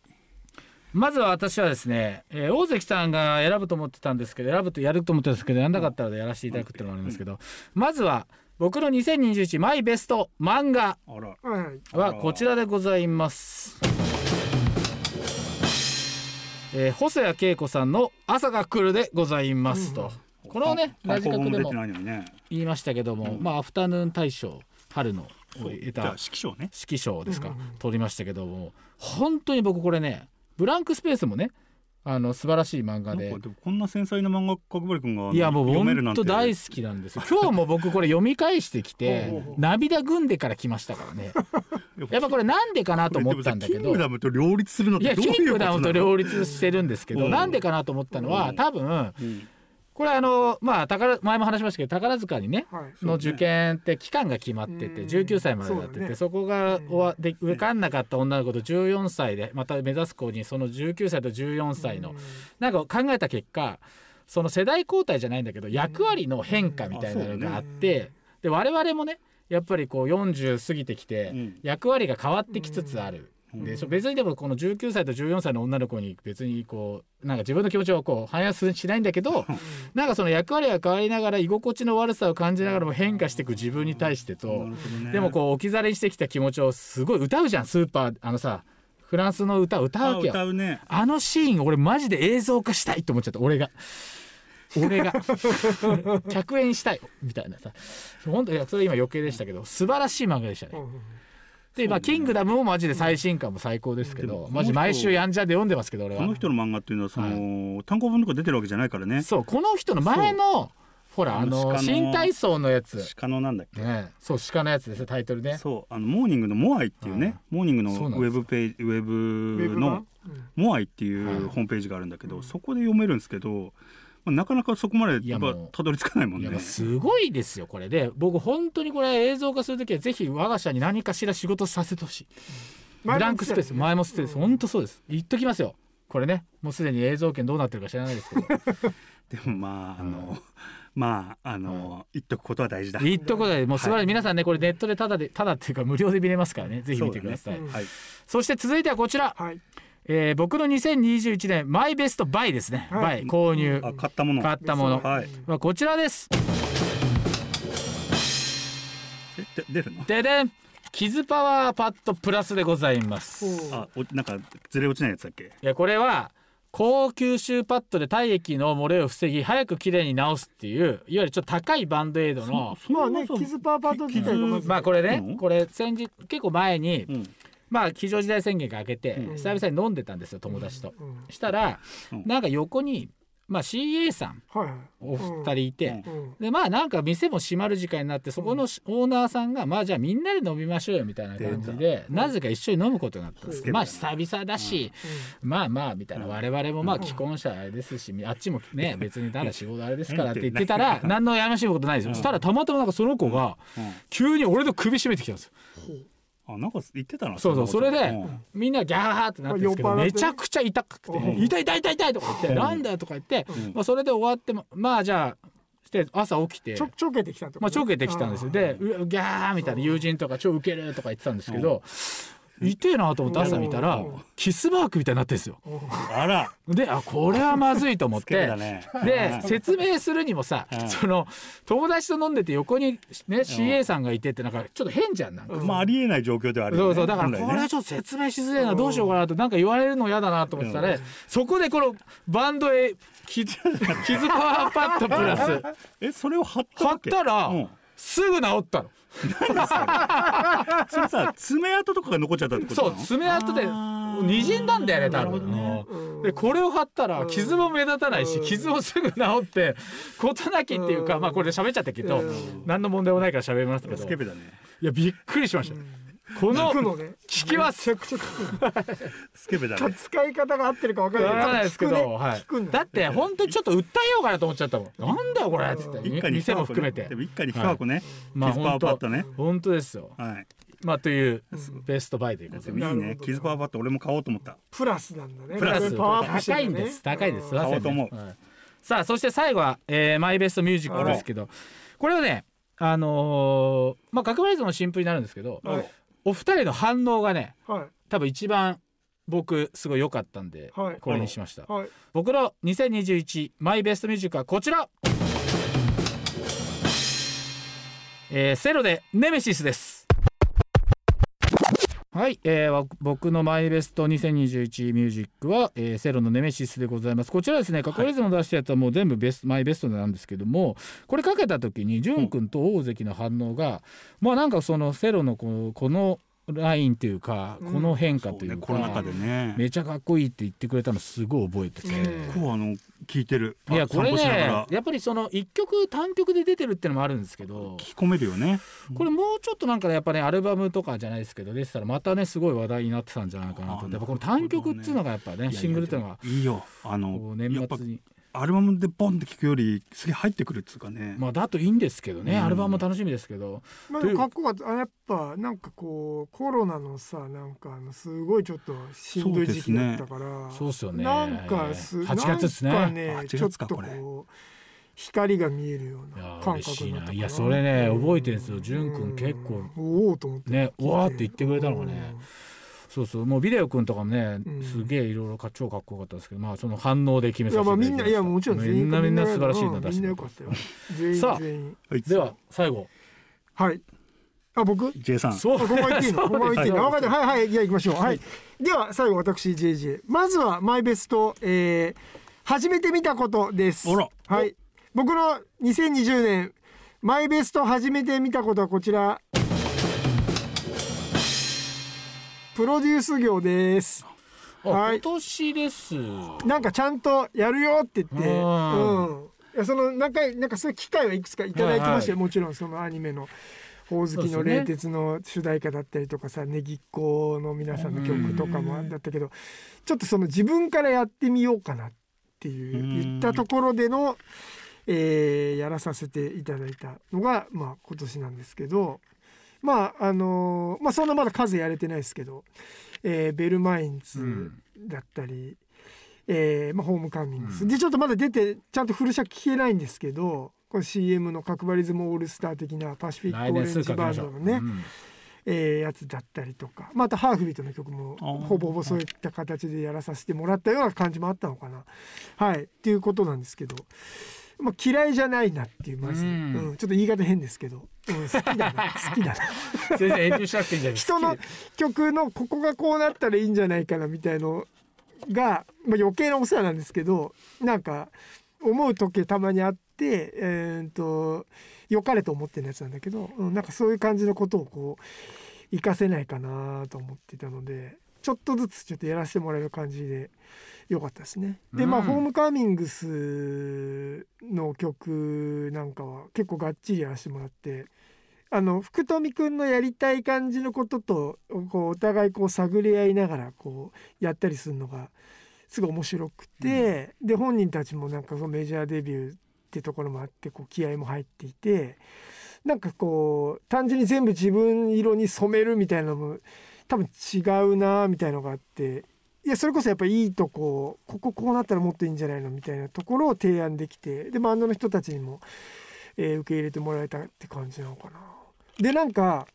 Speaker 2: まずは私はですね、えー大関さんが選ぶと思ってたんですけど、選ぶとやると思ってたんですけど、やんなかったのでやらせていただくっていうのもあるんですけど、まずは僕の2021マイベスト漫画
Speaker 3: あら
Speaker 4: はいはい
Speaker 2: はこちらでございます。えー細谷恵子さんの「朝が来る」でございますと、これをねラ
Speaker 3: 単
Speaker 2: ジ
Speaker 3: 行
Speaker 2: カク
Speaker 3: 本も
Speaker 2: で
Speaker 3: 出て
Speaker 2: も
Speaker 3: ないのにね
Speaker 2: 言いましたけども、まあアフタヌーン大賞春の
Speaker 3: そう
Speaker 2: 得
Speaker 3: じゃあ
Speaker 2: た
Speaker 3: 指揮賞ね
Speaker 2: 指揮賞ですか、
Speaker 4: うんうんうん
Speaker 2: 取りましたけども本当に僕これねブランクスペースもねあの素晴らしい漫画
Speaker 3: なんか
Speaker 2: で
Speaker 3: でもこんな繊細な漫画角張君が
Speaker 2: いやもう
Speaker 3: 読めるな
Speaker 2: 本
Speaker 3: ん
Speaker 2: 当
Speaker 3: て
Speaker 2: 大好きなんですよ今日も僕これ読み返してき
Speaker 4: *laughs* ほう
Speaker 2: て
Speaker 4: ほう
Speaker 2: 涙ぐんでから来ましたからねやっぱこれなんでかなと思ったんだけ
Speaker 3: キン
Speaker 2: ど
Speaker 3: グダムと両立するのっ
Speaker 2: い
Speaker 3: て
Speaker 2: や
Speaker 3: どう
Speaker 2: キ
Speaker 3: いうこと
Speaker 2: ングダムと両立してるんですけ
Speaker 3: う
Speaker 2: ど
Speaker 3: ん
Speaker 2: なんでかなと思ったのは多分
Speaker 3: うん
Speaker 2: これあのまあ宝前も話しましたけど宝塚にね
Speaker 4: はい
Speaker 2: の受験って期間が決まってて
Speaker 4: うん
Speaker 2: 19歳までだってて
Speaker 4: そうだ
Speaker 2: そ,、
Speaker 4: ね
Speaker 2: こが終わで受かんなかった女の子と14歳でまた目指す子にその19歳と14歳の、なんか考えた結果その世代交代じゃないんだけど役割の変化みたいなのがあって、で我々もねやっぱりこう40過ぎてきて
Speaker 3: うん
Speaker 2: 役割が変わってきつつある。
Speaker 3: うん
Speaker 2: でしょ別にでもこの19歳と14歳の女の子に別にこうなんか自分の気持ちをこう反映しないんだけどなんかその役割が変わりながら居心地の悪さを感じながらも変化していく自分に対して
Speaker 3: なる
Speaker 2: と
Speaker 3: ほどね
Speaker 2: でもこう置き去りにしてきた気持ちをすごい歌うじゃんスーパーあのさフランスの歌歌う
Speaker 3: あ
Speaker 2: わけよ
Speaker 3: 歌うね
Speaker 2: あのシーン俺マジで映像化したいと思っちゃった俺
Speaker 3: *laughs*
Speaker 2: が。俺が客演したいみたいなさ本当いやそれ今余計でしたけど素晴らしい漫画でしたね。で、まあ、キングダムもマジで最新刊も最高ですけ
Speaker 3: でも
Speaker 2: ど、
Speaker 3: この人
Speaker 2: マジ毎週やんじゃんで読んでますけど俺
Speaker 3: こ
Speaker 2: は
Speaker 3: の人の漫画っていうのはその、単行本とか出てるわけじゃないからね
Speaker 2: そうこの人の前のほらあ
Speaker 3: あ
Speaker 2: の
Speaker 3: の鹿の
Speaker 2: 新体操のやつ
Speaker 3: 鹿のなんだっけ、
Speaker 2: ねえ、そう鹿のやつですねタイトルね。
Speaker 3: そうあのモーニングのモアイっていうね、モーニングの
Speaker 2: そうなん
Speaker 3: ウ
Speaker 2: です
Speaker 3: ェブページウェ
Speaker 4: ウェ
Speaker 3: ブ
Speaker 4: ブ
Speaker 3: の
Speaker 4: の
Speaker 3: モアイって
Speaker 2: はい
Speaker 3: いうホームページがあるんだけど、そこで読めるんですけど、まあ、なかなかそこまで
Speaker 2: いや
Speaker 3: やっぱ
Speaker 2: もう
Speaker 3: たどり着かないもん
Speaker 2: い
Speaker 3: ね
Speaker 2: やまあすごいですよこれで僕本当にこれ映像化するときはぜひ我が社に何かしら仕事させてほしいブランクスペース前もスペース本当そうです言っときますよこれねもうすでに映像権どうなってるか知らないですけど
Speaker 3: でもまああの、まああの、言っとくことは大事だ
Speaker 2: 言っとくことでもう素晴らしい、
Speaker 3: はい
Speaker 2: 皆さんねこれネットでただでただっていうか無料で見れますからねぜひ見てくださいそ,、
Speaker 4: そうだね
Speaker 3: はい
Speaker 2: して続いてはこちら、
Speaker 4: はい
Speaker 2: えー僕の2021年マイベストバイですね、
Speaker 4: はい
Speaker 2: バイ購入
Speaker 3: あ買ったもの
Speaker 2: 買ったもの
Speaker 3: はい
Speaker 2: はこちらです
Speaker 3: えで出るの
Speaker 2: ででんキズパワーパッドプラスでございます
Speaker 3: あおなんかずれ落ちないやつだっけ
Speaker 2: いやこれは高吸収パッドで体液の漏れを防ぎ早くきれいに治すっていういわゆるちょっと高いバンドエイドの
Speaker 4: まあね傷パーパート自体がまず
Speaker 2: まあこれ
Speaker 3: う
Speaker 2: ね
Speaker 3: ん
Speaker 2: これ先日結構前に
Speaker 3: うん
Speaker 2: まあ非常事態宣言が明けて
Speaker 3: うん
Speaker 2: 久々に飲んでたんですよ友達と
Speaker 4: うん
Speaker 2: したら
Speaker 3: うん
Speaker 2: なんか横にまあ CA さん
Speaker 4: はいはい
Speaker 2: お二人いうて
Speaker 3: ん
Speaker 4: うん
Speaker 2: でまあなんか店も閉まる時間になってそこのしオーナーさんがまあじゃあみんなで飲みましょうよみたいな感じでなぜか一緒に飲むことになったんです
Speaker 3: うん
Speaker 2: まあ久々だしまあまあみたいな我々もまあ既婚者ですしあっちもね別にただ仕事あれですからって言ってたら何のやましいことないですよそしたらたまたまなんかその子が急に俺の首絞めてきたんですよ
Speaker 3: あなんか言ってたな
Speaker 2: そうそうんそれ
Speaker 3: なこと
Speaker 2: で
Speaker 3: うん
Speaker 2: みんなギャーハーってなってるんですけど
Speaker 4: 酔っ払っ
Speaker 2: め
Speaker 4: て
Speaker 2: ちゃくちゃ痛くて
Speaker 4: う
Speaker 2: 「
Speaker 4: ん
Speaker 2: 痛い痛い痛い痛い」とか言って「
Speaker 3: うん
Speaker 2: なんだよ」とか言って
Speaker 3: うん
Speaker 2: まあそれで終わってもまあじゃあして朝起きて
Speaker 4: ちょちょけてきたとかね
Speaker 2: まあ、ちょけてきたんですよで「うわギャー」みたいな友人とか「超ウケる」とか言ってたんですけど痛えなと思って朝見たら
Speaker 4: うん
Speaker 2: キスマークみたいになってるんですよ。
Speaker 3: あら
Speaker 2: であこれはまずいと思っ
Speaker 3: つけて
Speaker 2: て
Speaker 3: だ。ね
Speaker 2: で説明するにもさ、
Speaker 3: うん
Speaker 2: その友達と飲んでて横にね CA さんがいてってなんかちょっと変じゃんなんか、
Speaker 3: うんまあありえない状況ではある
Speaker 2: そ
Speaker 3: よ
Speaker 2: う
Speaker 3: ね
Speaker 2: そうだから
Speaker 3: 本来
Speaker 2: これは
Speaker 3: ね
Speaker 2: ちょっと説明しづらいなどうしようかなとなんか言われるの嫌だなと思ってたら、そこでこのバンドへ傷傷パワーパッドプラス
Speaker 3: えそれを貼った
Speaker 2: 貼
Speaker 3: わ
Speaker 2: っ
Speaker 3: け
Speaker 2: たら
Speaker 3: うん
Speaker 2: すぐ治ったの。
Speaker 3: それさ爪痕とかが残っちゃったってこと
Speaker 2: そう
Speaker 3: なの
Speaker 2: 爪痕で
Speaker 3: あー
Speaker 2: もう滲んだんだよね多分、うんでこれを貼ったら傷も目立たないし、
Speaker 4: うん
Speaker 2: 傷もすぐ治って事なきっていうか、
Speaker 4: うん
Speaker 2: まあこれ喋っちゃったけど、
Speaker 4: うん
Speaker 2: 何の問題もないから喋りますけど、
Speaker 3: スケ
Speaker 2: い
Speaker 3: ベだね
Speaker 2: やびっくりしました、こ
Speaker 4: 聞
Speaker 2: の
Speaker 4: くのね
Speaker 2: 聞きます
Speaker 4: めちゃくちゃ聞く
Speaker 3: スケベだ
Speaker 4: の
Speaker 3: ね
Speaker 4: 使い方が合ってるかわか
Speaker 2: わ
Speaker 4: んない
Speaker 2: からないですけど、
Speaker 4: 聞くね
Speaker 2: はい
Speaker 4: 聞くんだ
Speaker 2: だって本当にちょっと訴えようかなと思っちゃったもんなんだよこれっつって
Speaker 3: 一家に一
Speaker 2: 店も
Speaker 3: 箱
Speaker 2: 含
Speaker 3: ね
Speaker 2: めて
Speaker 3: でも一家に一箱ね
Speaker 2: まあ
Speaker 3: 傷パワーパッ
Speaker 2: 本
Speaker 3: ド
Speaker 2: 当
Speaker 3: ね
Speaker 2: 本当ですよ
Speaker 3: はい
Speaker 2: まあというベストバイということ
Speaker 3: で
Speaker 2: で
Speaker 3: もいい
Speaker 4: なる
Speaker 3: ね
Speaker 4: ほど
Speaker 3: 傷パワーパッド俺も買おうと思った
Speaker 4: プラスなんだね
Speaker 2: プラス
Speaker 4: パワーアップして
Speaker 2: 高い
Speaker 4: る
Speaker 2: ん
Speaker 4: ね
Speaker 2: です高いですすいません
Speaker 3: 買おうと思う
Speaker 2: はいさあそして最後は、えーマイベストミュージックですけどこれはねあのーまあ角張りズムの新譜になるんですけど
Speaker 4: はい
Speaker 2: お二人の反応がね
Speaker 4: はい
Speaker 2: 多分一番僕すごい良かったんで、
Speaker 4: はい
Speaker 2: これにしました
Speaker 4: はい
Speaker 2: 僕の2021マイベストミュージックはこちらえーセロでネメシスですはい、えーわ僕のマイベスト2021ミュージックは、えーセロのネメシスでございますこちらですねカカリズム出したやつはもう全部ベストマイベストなんですけどもこれかけた時に潤君と大関の反応が、まあなんかそのセロのこのこのラインというか、
Speaker 4: うん
Speaker 2: この変
Speaker 3: そ
Speaker 2: 化
Speaker 3: う
Speaker 2: とい
Speaker 3: ね
Speaker 2: う
Speaker 3: コ
Speaker 2: か、
Speaker 3: ロナ禍でね
Speaker 2: めちゃかっこいいって言ってくれたのすごい覚えてて。
Speaker 4: うん
Speaker 3: 結構あの聞いてる
Speaker 2: いやこれ
Speaker 3: 散歩しなが
Speaker 2: ね
Speaker 3: ら
Speaker 2: やっぱりその一曲単曲で出てるってのもあるんですけど
Speaker 3: 聞き込めるよね
Speaker 2: これもうちょっとなんかねやっぱねアルバムとかじゃないですけどでしたらまたねすごい話題になってたんじゃないかなと思ってやっぱこの単曲っていうのがやっぱね
Speaker 3: いや
Speaker 2: シングルっていうのが
Speaker 3: いやいいよあ
Speaker 2: こ
Speaker 3: の
Speaker 2: う
Speaker 3: や
Speaker 2: 年
Speaker 3: っぱ
Speaker 2: 末に
Speaker 3: アルバムでボンって聞くよりすげえ入ってくるっつうかね
Speaker 2: まあだといいんですけどね
Speaker 3: うん
Speaker 2: アルバムも楽しみですけど
Speaker 4: まあ、
Speaker 2: と
Speaker 4: で
Speaker 2: いう
Speaker 4: もかっこよかったあやっぱなんかこうコロナのさなんかあのすごいちょっとしんどい時期だったから
Speaker 2: そうっすよね
Speaker 4: なんかす
Speaker 2: 8月っすね
Speaker 4: なんか
Speaker 3: あ
Speaker 4: ね
Speaker 3: 8
Speaker 4: ちょっ
Speaker 3: 月か
Speaker 4: と
Speaker 3: これ
Speaker 4: こう光が見えるよう
Speaker 2: いや
Speaker 4: な感
Speaker 2: 嬉
Speaker 4: 覚
Speaker 2: しい
Speaker 4: になった
Speaker 2: な
Speaker 4: かない
Speaker 2: やそれね覚えてるんですよ
Speaker 4: う
Speaker 2: 潤くん結構
Speaker 4: おおと思って
Speaker 2: ねうわーって言ってくれたのがねそうそうもうビデオくんとかもね
Speaker 4: うん
Speaker 2: すげえいろいろか超かっこよかったんですけどまあその反応で決
Speaker 4: う
Speaker 2: め
Speaker 4: ん
Speaker 2: さ
Speaker 4: い
Speaker 2: せ
Speaker 4: や
Speaker 2: て
Speaker 4: まあ
Speaker 2: だ
Speaker 4: み
Speaker 2: き
Speaker 4: ん
Speaker 2: まし
Speaker 4: な
Speaker 2: た
Speaker 4: いやもちろん
Speaker 2: みんなみんな素晴らしいの出
Speaker 4: 出
Speaker 2: し
Speaker 4: して
Speaker 2: くれ
Speaker 4: てよ
Speaker 2: た
Speaker 4: かったよ全員
Speaker 2: さあ
Speaker 4: 全員
Speaker 3: はい
Speaker 2: では最後
Speaker 4: はいあ僕
Speaker 3: J さん
Speaker 2: そう
Speaker 4: あここは言っていいのここは言っていいの
Speaker 2: そう
Speaker 4: 分かったはいはいじゃあ行きましょうはい、では最後私 JJ まずはマイベスト、えー、初めて見たことです
Speaker 3: あら
Speaker 4: はい僕の2020年マイベスト初めて見たことはこちらプロデュース業です
Speaker 2: あ
Speaker 4: はい
Speaker 2: 今年です
Speaker 4: なんかちゃんとやるよって言って、
Speaker 2: う
Speaker 4: うんん、いやその何回なんかそういう機会はいくつかいただいてましたよ、
Speaker 2: はいはい
Speaker 4: もちろんそのアニメの「ほおずき
Speaker 2: そう
Speaker 4: の
Speaker 2: ですね
Speaker 4: 冷徹」の主題歌だったりとかさ、ねぎっこの皆さんの曲とかもあったけどちょっとその自分からやってみようかなっていう
Speaker 3: うん
Speaker 4: 言ったところでの、えーやらさせていただいたのが、まあ、今年なんですけど。まああのーまあ、そんなまだ数やれてないですけど、えーベルマイン
Speaker 2: う
Speaker 4: ズ
Speaker 2: ん
Speaker 4: だったり、えーまあ、ホームカミングス、
Speaker 2: うん
Speaker 4: でちょっとまだ出てちゃんとフル尺聞けないんですけどこの CM の角張り相撲オールスター的なパシフィッ
Speaker 2: 来
Speaker 4: クオレン
Speaker 2: 年すぐ
Speaker 4: ジ
Speaker 2: 書き
Speaker 4: バ
Speaker 2: ま
Speaker 4: ン
Speaker 2: しょ
Speaker 4: ド
Speaker 2: う
Speaker 4: のね、
Speaker 2: うん
Speaker 4: えーやつだったりとかまたハーフビートの曲も
Speaker 3: あー
Speaker 4: ほぼほぼそういった形でやらさせてもらったような感じもあったのかな。はいっていうことなんですけど、まあ、嫌いじゃないなっていうマジで、
Speaker 2: う
Speaker 4: うんんちょっと言い方変ですけど、うん、好きだな好きだな。
Speaker 2: 全然遠慮しなくていいんじゃないですか
Speaker 4: *laughs* 人の曲のここがこうなったらいいんじゃないかなみたいのが、まあ、余計なお世話なんですけどなんか思う時たまにあってえーっと良かれと思ってるやつなんだけど、うん、なんかそういう感じのことをこう活かせないかなと思っていたのでちょっとずつちょっとやらせてもらえる感じで良かったですね。でまあ、
Speaker 2: うん
Speaker 4: ホームカーミングスの曲なんかは結構がっちりやらせてもらって。あの福富くんのやりたい感じのこととこうお互いこう探り合いながらこうやったりするのがすごい面白くて、で本人たちもなんかそのメジャーデビューってところもあってこう気合も入っていてなんかこう単純に全部自分色に染めるみたいなのも多分違うなみたいのがあっていやそれこそやっぱいいとここここうなったらもっといいんじゃないのみたいなところを提案できてでバンドの人たちにも、えー受け入れてもらえたって感じなのかな。でなんか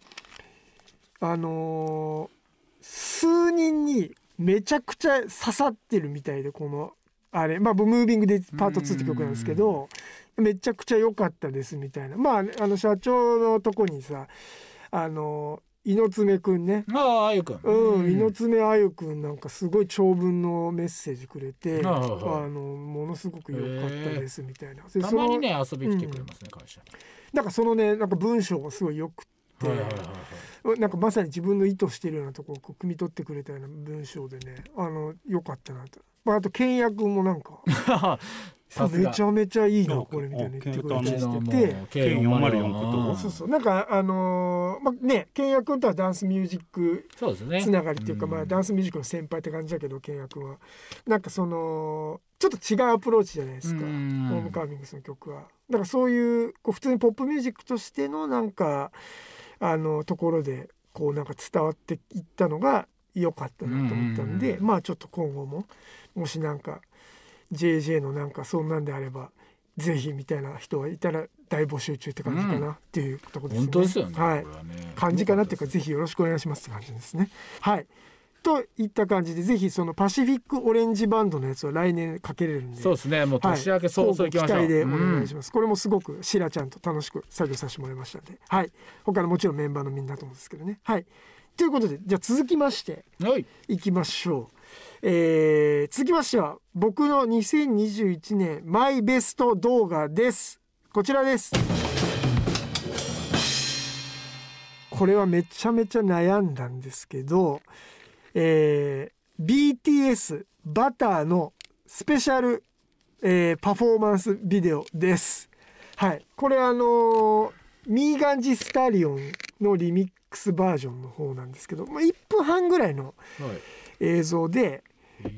Speaker 4: あのー数人にめちゃくちゃ刺さってるみたいでこのあれまあ「ムービング」でパート2って曲なんですけどめちゃくちゃ良かったですみたいなまああの社長のとこにさあの猪爪くんね
Speaker 2: ああゆうくん
Speaker 4: うん、猪爪あゆくんなんかすごい長文のメッセージくれて、
Speaker 2: ああはい
Speaker 4: あのものすごく良かったですみたいな、で
Speaker 2: た
Speaker 4: その
Speaker 2: まにね遊び来てくれますね会社
Speaker 4: なんかそのねなんか文章がすごいよくて、
Speaker 2: はいはいはいはい
Speaker 4: なんかまさに自分の意図してるようなとこをこう汲み取ってくれたような文章でねあの良かったなと、まあ、あと倹約もなんか
Speaker 2: さす
Speaker 4: め
Speaker 2: が
Speaker 4: ちゃめちゃいいな
Speaker 3: なんか
Speaker 4: これみたいな言ってく
Speaker 3: あ
Speaker 4: れ
Speaker 2: うち
Speaker 4: たり
Speaker 3: の
Speaker 2: のも
Speaker 4: し
Speaker 2: う
Speaker 4: てて。
Speaker 2: 計
Speaker 3: 404こと
Speaker 4: そうそううなんかあのーまあね倹約君とはダンスミュージック
Speaker 2: んそうですね
Speaker 4: つながりっていうか、まあ、ダン
Speaker 2: ス
Speaker 4: スミュージックの先輩って感じだけど健也君はなんかそのちょっと違うアプローチじゃないですか、ホームカーミングスの曲は。だからそういうこう普通にポップミュージックとしてのなんかあのところでこうなんか伝わっていったのが良かったなと思ったん
Speaker 2: うん
Speaker 4: で、
Speaker 2: うんうん
Speaker 4: まあちょっと今後ももしなんか JJ のなんかそんなんであればぜひみたいな人がいたら大募集中って感じかなっていうところですね。
Speaker 2: 本当ですよね
Speaker 4: はい
Speaker 2: これはね
Speaker 4: 感じかなっていうかぜひよろしくお願いしますって感じですね。はいといった感じでぜひそのパシフィックオレンジバンドのやつは来年かけれるんで
Speaker 2: そうですねもう
Speaker 4: はい
Speaker 2: 年明け早々行きましょう、
Speaker 4: 交互期待でお願いします、これもすごくシラちゃんと楽しく作業させてもらいましたんではい他のもちろんメンバーのみんなと思うんですけどねはいということでじゃあ続きまして
Speaker 2: うんはい
Speaker 4: いきましょう、えー、続きましては僕の2021年マイベスト動画ですこちらですこれはめちゃめちゃ悩んだんですけど、えー、BTS バターのスペシャル、えーパフォーマンスビデオです。はい、これあのーミーガンジスタリオンのリミックスバージョンの方なんですけど、まあ、1分半ぐらいの
Speaker 2: はい
Speaker 4: 映像で、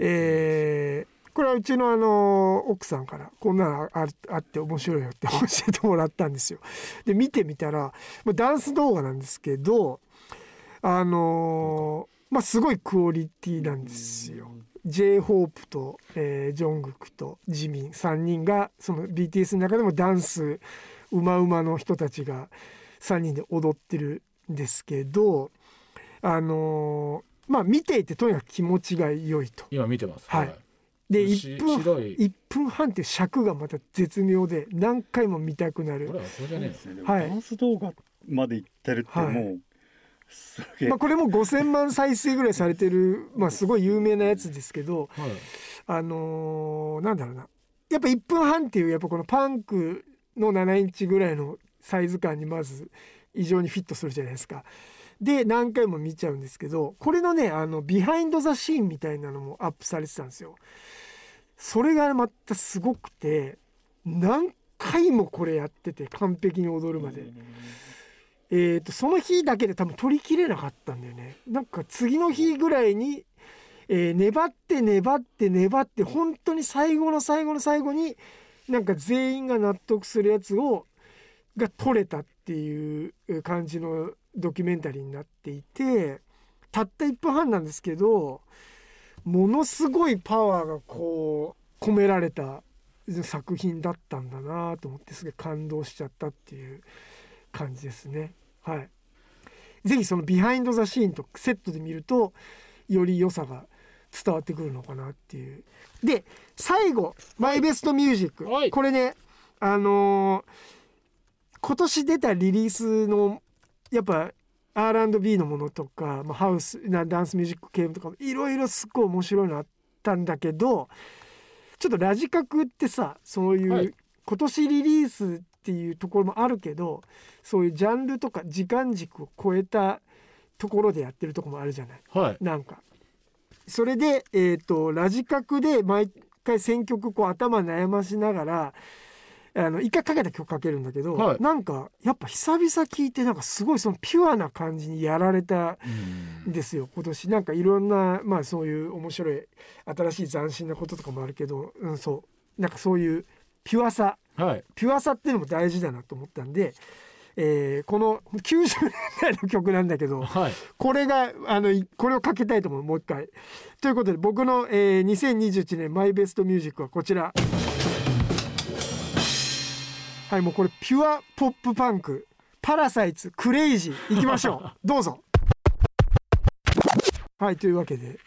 Speaker 4: えーこれはうちの、あの奥さんからこんなのああって面白いよって教えてもらったんですよ。で見てみたら、まあ、ダンス動画なんですけどあのーまあすごいクオリティなんですよ。J−HOPE と、えージョングクとジミン3人がその BTS の中でもダンスうまうまの人たちが3人で踊ってるんですけどあのーまあ見ていてとにかく気持ちが良いと。
Speaker 2: 今見てます
Speaker 4: はいで
Speaker 2: し
Speaker 4: 1分
Speaker 2: 白い
Speaker 4: 1分半っていう尺がまた絶妙で何回も見たくな
Speaker 2: こ
Speaker 4: る。
Speaker 2: れはそうじゃねえです
Speaker 3: ね
Speaker 4: はい
Speaker 5: ダンス動画まで行ってるってもう、
Speaker 4: は
Speaker 5: すげえ、
Speaker 4: まあ、これも5,000万再生ぐらいされてる、まあ、すごい有名なやつですけど、
Speaker 2: はい
Speaker 4: あのーなんだろうなやっぱ1分半っていうやっぱこのパンクの7インチぐらいのサイズ感にまず異常にフィットするじゃないですか。で何回も見ちゃうんですけどこれのねあのビハインド・ザ・シーンみたいなのもアップされてたんですよ。それがまたすごくて何回もこれやってて完璧に踊るまで。えー、とその日だけで多分取りきれなかったんだよねなんか次の日ぐらいに、えー粘って粘って粘って本当に最後の最後の最後になんか全員が納得するやつをが取れたっていう感じのドキュメンタリーになっていてたった1分半なんですけどものすごいパワーがこう込められた作品だったんだなと思ってすごい感動しちゃったっていう感じですね。はい、ぜひそのビハインド・ザ・シーンとセットで見るとより良さが伝わってくるのかなっていう。で最後「マイベスト・ミュージック
Speaker 2: はい」
Speaker 4: これねあのー今年出たリリースのやっぱ R&B のものとか、まあ、ハウスなダンスミュージック系とかいろいろすっごい面白いのあったんだけどちょっとラジカクってさそういう、
Speaker 2: はい
Speaker 4: 今年リリースっていうところもあるけどそういうジャンルとか時間軸を超えたところでやってるとこもあるじゃない。
Speaker 2: はい
Speaker 4: なんかそれで、えー、とラジカクで毎回選曲こう頭悩ましながらあの一回かけた曲かけるんだけど、
Speaker 2: はい
Speaker 4: なんかやっぱ久々聴いてなんかすごいそのピュアな感じにやられた
Speaker 2: うん
Speaker 4: んですよ今年なんかいろんなまあそういう面白い新しい斬新なこととかもあるけど、うん、そうなんかそういうピュアさ
Speaker 2: はい
Speaker 4: ピュアさっていうのも大事だなと思ったんで、えーこの90年代の曲なんだけど。
Speaker 2: はい
Speaker 4: これがあのいこれをかけたいと思うもう一回。ということで僕の、えー2021年マイベストミュージックはこちら。はいもうこれピュアポップパンクパラサイツクレイジーいきましょうどうぞ。はいというわけで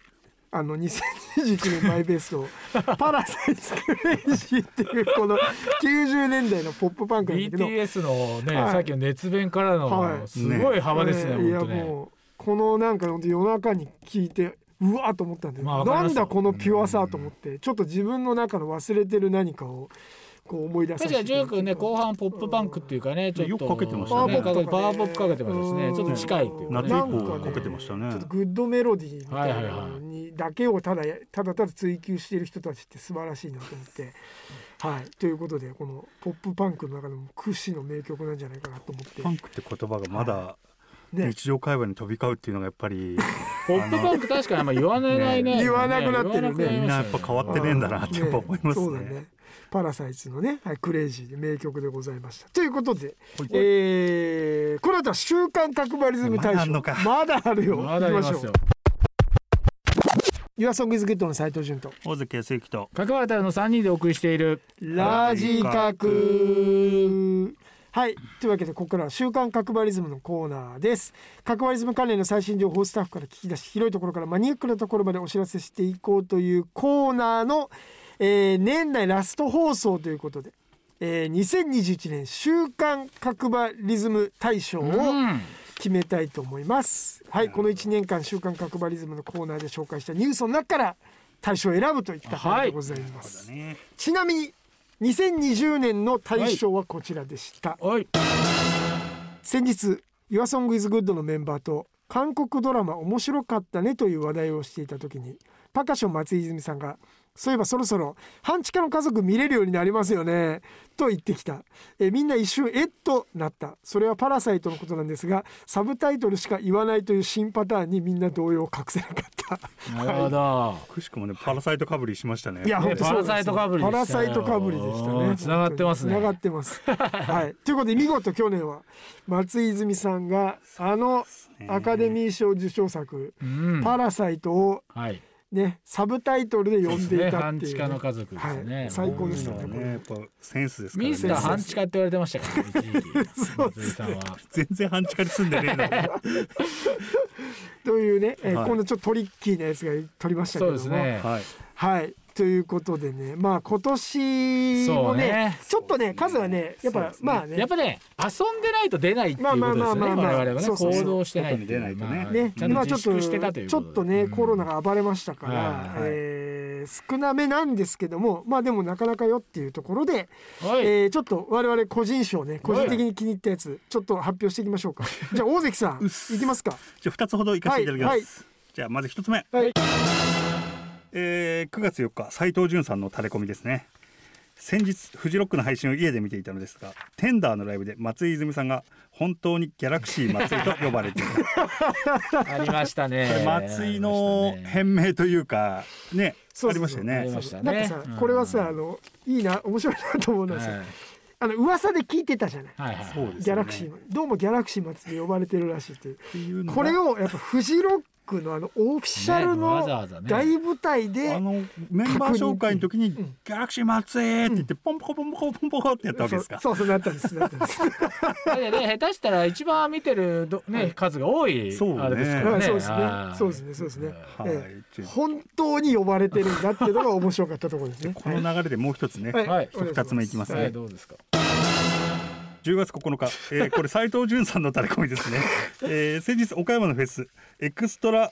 Speaker 4: あの2021年マイベストを「パラサイツクレイジー」っていうこの90年代のポップパンクなんだけど
Speaker 2: BTS のね、
Speaker 4: はい
Speaker 2: さっきの熱弁から
Speaker 4: は
Speaker 2: の
Speaker 4: い
Speaker 2: すごい幅ですね、
Speaker 4: いや
Speaker 2: 本当ね。
Speaker 4: もうこのなんか本当夜中に聞いてうわっと思ったんで、
Speaker 2: まあわかり
Speaker 4: な
Speaker 2: ま
Speaker 4: ん
Speaker 2: すよ
Speaker 4: だこのピュアさと思ってちょっと自分の中の忘れてる何かをこう思い出させ
Speaker 2: 確か
Speaker 4: て
Speaker 2: にジュー君ね後
Speaker 4: 半
Speaker 2: 半ポップバンクっていうかねちょっと
Speaker 3: よくかけてましたね
Speaker 2: ねかけてパワーポップかけてましたし
Speaker 4: う
Speaker 2: ね
Speaker 4: ん
Speaker 2: ちょっと近いっていうか
Speaker 3: 夏
Speaker 2: ね
Speaker 3: 以
Speaker 4: なん
Speaker 3: 降
Speaker 4: ね
Speaker 3: かけてましたね
Speaker 4: ちょっとグッドメロディーみたいな
Speaker 2: はいはいは
Speaker 4: のにだけをただやただただ追求している人たちって素晴らしいなと思って。はい、ということでこのポップパンクの中でも屈指の名曲なんじゃないかなと思って
Speaker 3: パンクって言葉がまだ
Speaker 4: ね
Speaker 3: 日常会話に飛び交うっていうのがやっぱり
Speaker 2: ポップバンク確かにあんま言わないね
Speaker 4: ね言わなくなってるね
Speaker 3: みんなやっぱ変わってねえんだなってやっぱ思います
Speaker 4: そうだ
Speaker 3: ね。
Speaker 4: ねパラサイツのね、はい、クレイジーで名曲でございましたということで、
Speaker 3: はい
Speaker 4: えー、この後は週刊角張リズム大
Speaker 3: まだあ
Speaker 4: 賞
Speaker 3: んのか
Speaker 4: まだあるよ
Speaker 2: まだあります
Speaker 4: 行き
Speaker 2: よ
Speaker 4: ょう Your Song is Good の斉藤潤と
Speaker 3: 大関康之と
Speaker 2: 角渡るの3人でお送りしている
Speaker 4: ラジカクはいというわけでここからは週刊角張リズムのコーナーです角張リズム関連の最新情報をスタッフから聞き出し広いところからマニアックなところまでお知らせしていこうというコーナーの、えー年内ラスト放送ということで、えー2021年週刊角張リズム大賞を、
Speaker 2: うん
Speaker 4: 決めたいと思いますはいこの1年間「週刊角張リズム」のコーナーで紹介したニュースの中から大賞を選ぶといった感じでございます、
Speaker 3: ね
Speaker 4: ちなみに2020年の大賞はこちらでした、
Speaker 2: おい
Speaker 4: 先日「YourSongIsGood」のメンバーと韓国ドラマ面白かったねという話題をしていた時にパカション松井泉さんが「そういえばそろそろ半地下の家族見れるようになりますよね」と言ってきたえみんな一瞬えっとなったそれは「パラサイト」のことなんですがサブタイトルしか言わないという新パターンにみんな動揺を隠せなかった
Speaker 2: なるほど
Speaker 3: くしくもねパラサイトかぶりしましたね。
Speaker 4: いや、
Speaker 2: ね
Speaker 4: 本当そうです
Speaker 2: パラサイトかぶりで
Speaker 4: パ
Speaker 2: したよ
Speaker 4: ラサイトかぶりでした
Speaker 2: う
Speaker 4: ね。
Speaker 2: ん繋がってますね
Speaker 4: 繋がってます。はい、ということで、見事去年は松井泉さんが、あのアカデミー賞受賞作。
Speaker 2: うん
Speaker 4: パラサイトを、
Speaker 2: はい
Speaker 4: ね、サブタイトルで呼んでいたっ
Speaker 2: 半
Speaker 4: てい
Speaker 2: 地
Speaker 4: う
Speaker 2: 下の
Speaker 4: ね。
Speaker 2: 家族ですね、
Speaker 4: はい最高でした
Speaker 3: そうだねやっぱセンスですからね。
Speaker 2: ミスター半地下って言われてましたからね一時期
Speaker 4: *laughs*
Speaker 2: 松井さんは
Speaker 3: 全然半地下に住んでねえ
Speaker 5: *laughs*
Speaker 3: な。
Speaker 4: というね、え
Speaker 3: は
Speaker 4: ー
Speaker 3: い
Speaker 4: 今度ちょっとトリッキーなやつが取りました
Speaker 2: そ
Speaker 4: けど
Speaker 2: う
Speaker 4: も。
Speaker 2: ですね
Speaker 3: はい。
Speaker 4: はい。ということでね、まあ今年もね、
Speaker 2: そうね
Speaker 4: ちょっとね、数はね、やっぱ、
Speaker 3: そうですね
Speaker 4: まあね
Speaker 2: やっ、ぱね遊んでないと出ないっていうことですよね
Speaker 4: まあまあまあま
Speaker 2: 我
Speaker 4: あまあ
Speaker 2: 々はね
Speaker 4: そうそうそう
Speaker 2: 行動してないっていう
Speaker 3: 外に出ないとね
Speaker 2: まあ
Speaker 4: ね、
Speaker 2: ちゃん
Speaker 4: ま
Speaker 2: と
Speaker 4: あち
Speaker 2: 自
Speaker 4: ょっ
Speaker 2: 粛
Speaker 4: と
Speaker 2: してたという
Speaker 4: ちょ
Speaker 2: こ
Speaker 4: っ
Speaker 2: と
Speaker 4: と
Speaker 2: で
Speaker 4: ね、
Speaker 2: うん
Speaker 4: コロナが暴れましたから、
Speaker 2: はい
Speaker 3: はい
Speaker 4: えー少なめなんですけどもまあでもなかなかよっていうところで、
Speaker 2: はい
Speaker 4: えーちょっと我々個人賞ね個人的に気に入ったやつちょっと発表していきましょ
Speaker 2: *laughs*
Speaker 4: うかじゃあ大関さん
Speaker 3: う
Speaker 4: い
Speaker 3: っす
Speaker 4: きますか
Speaker 3: じゃあ二つほど行かせていただきます。
Speaker 4: はいはい
Speaker 3: じゃあまず一つ目。
Speaker 4: はい
Speaker 3: えー9月4日斉藤潤さんのタレコミですね。先日フジロックの配信を家で見ていたのですが、テンダーのライブで松井泉さんが本当にギャラクシー松井と呼ばれてい
Speaker 4: *laughs*
Speaker 3: た。
Speaker 2: ありましたね
Speaker 3: 松井の変名というかね、
Speaker 4: そう
Speaker 3: あり
Speaker 4: そう
Speaker 3: ました
Speaker 4: そう
Speaker 3: よね。
Speaker 2: ありまし
Speaker 4: な
Speaker 2: た
Speaker 4: んか
Speaker 2: ね
Speaker 4: さ、
Speaker 2: うん
Speaker 4: これはさあのいいな面白いなと思うのはさ、
Speaker 2: はい
Speaker 4: あの噂で聞いてたじゃない、
Speaker 2: はい
Speaker 3: そう
Speaker 2: は
Speaker 3: です、ね。
Speaker 4: ギャラクシーのどうもギャラクシー松で呼ばれてるらしいっていう
Speaker 3: っていうのが
Speaker 4: これをやっぱフジロックのあのオフィシャル
Speaker 2: ねわざ
Speaker 4: の
Speaker 2: わざね
Speaker 4: 大舞台で、
Speaker 3: あのメンバー紹介の時に
Speaker 4: ん
Speaker 3: 「ギャラクシー松井!」って言ってポンポコポンポコポンポコってやったわけですか。
Speaker 4: そうそうそうなったんですなったんです
Speaker 2: いだけどね下手したら一番見てるどね数が多い
Speaker 3: そうね
Speaker 2: あれですか
Speaker 4: ま
Speaker 2: ら
Speaker 4: あ
Speaker 2: ね
Speaker 4: そうですね
Speaker 2: は。い
Speaker 4: そうですね。そうですね。
Speaker 3: はい
Speaker 4: ええ
Speaker 3: ちょ。
Speaker 4: 本当に呼ばれてるんだっていうのが面白かったところですね
Speaker 3: この流れでもう一つね、
Speaker 4: はい
Speaker 2: はい
Speaker 4: お願しま
Speaker 3: 二つ目いきますね
Speaker 2: はいどうですか
Speaker 3: 10月9日、えーこれ斉藤潤さんのタレコミですね、えー先日岡山のフェスエクストラ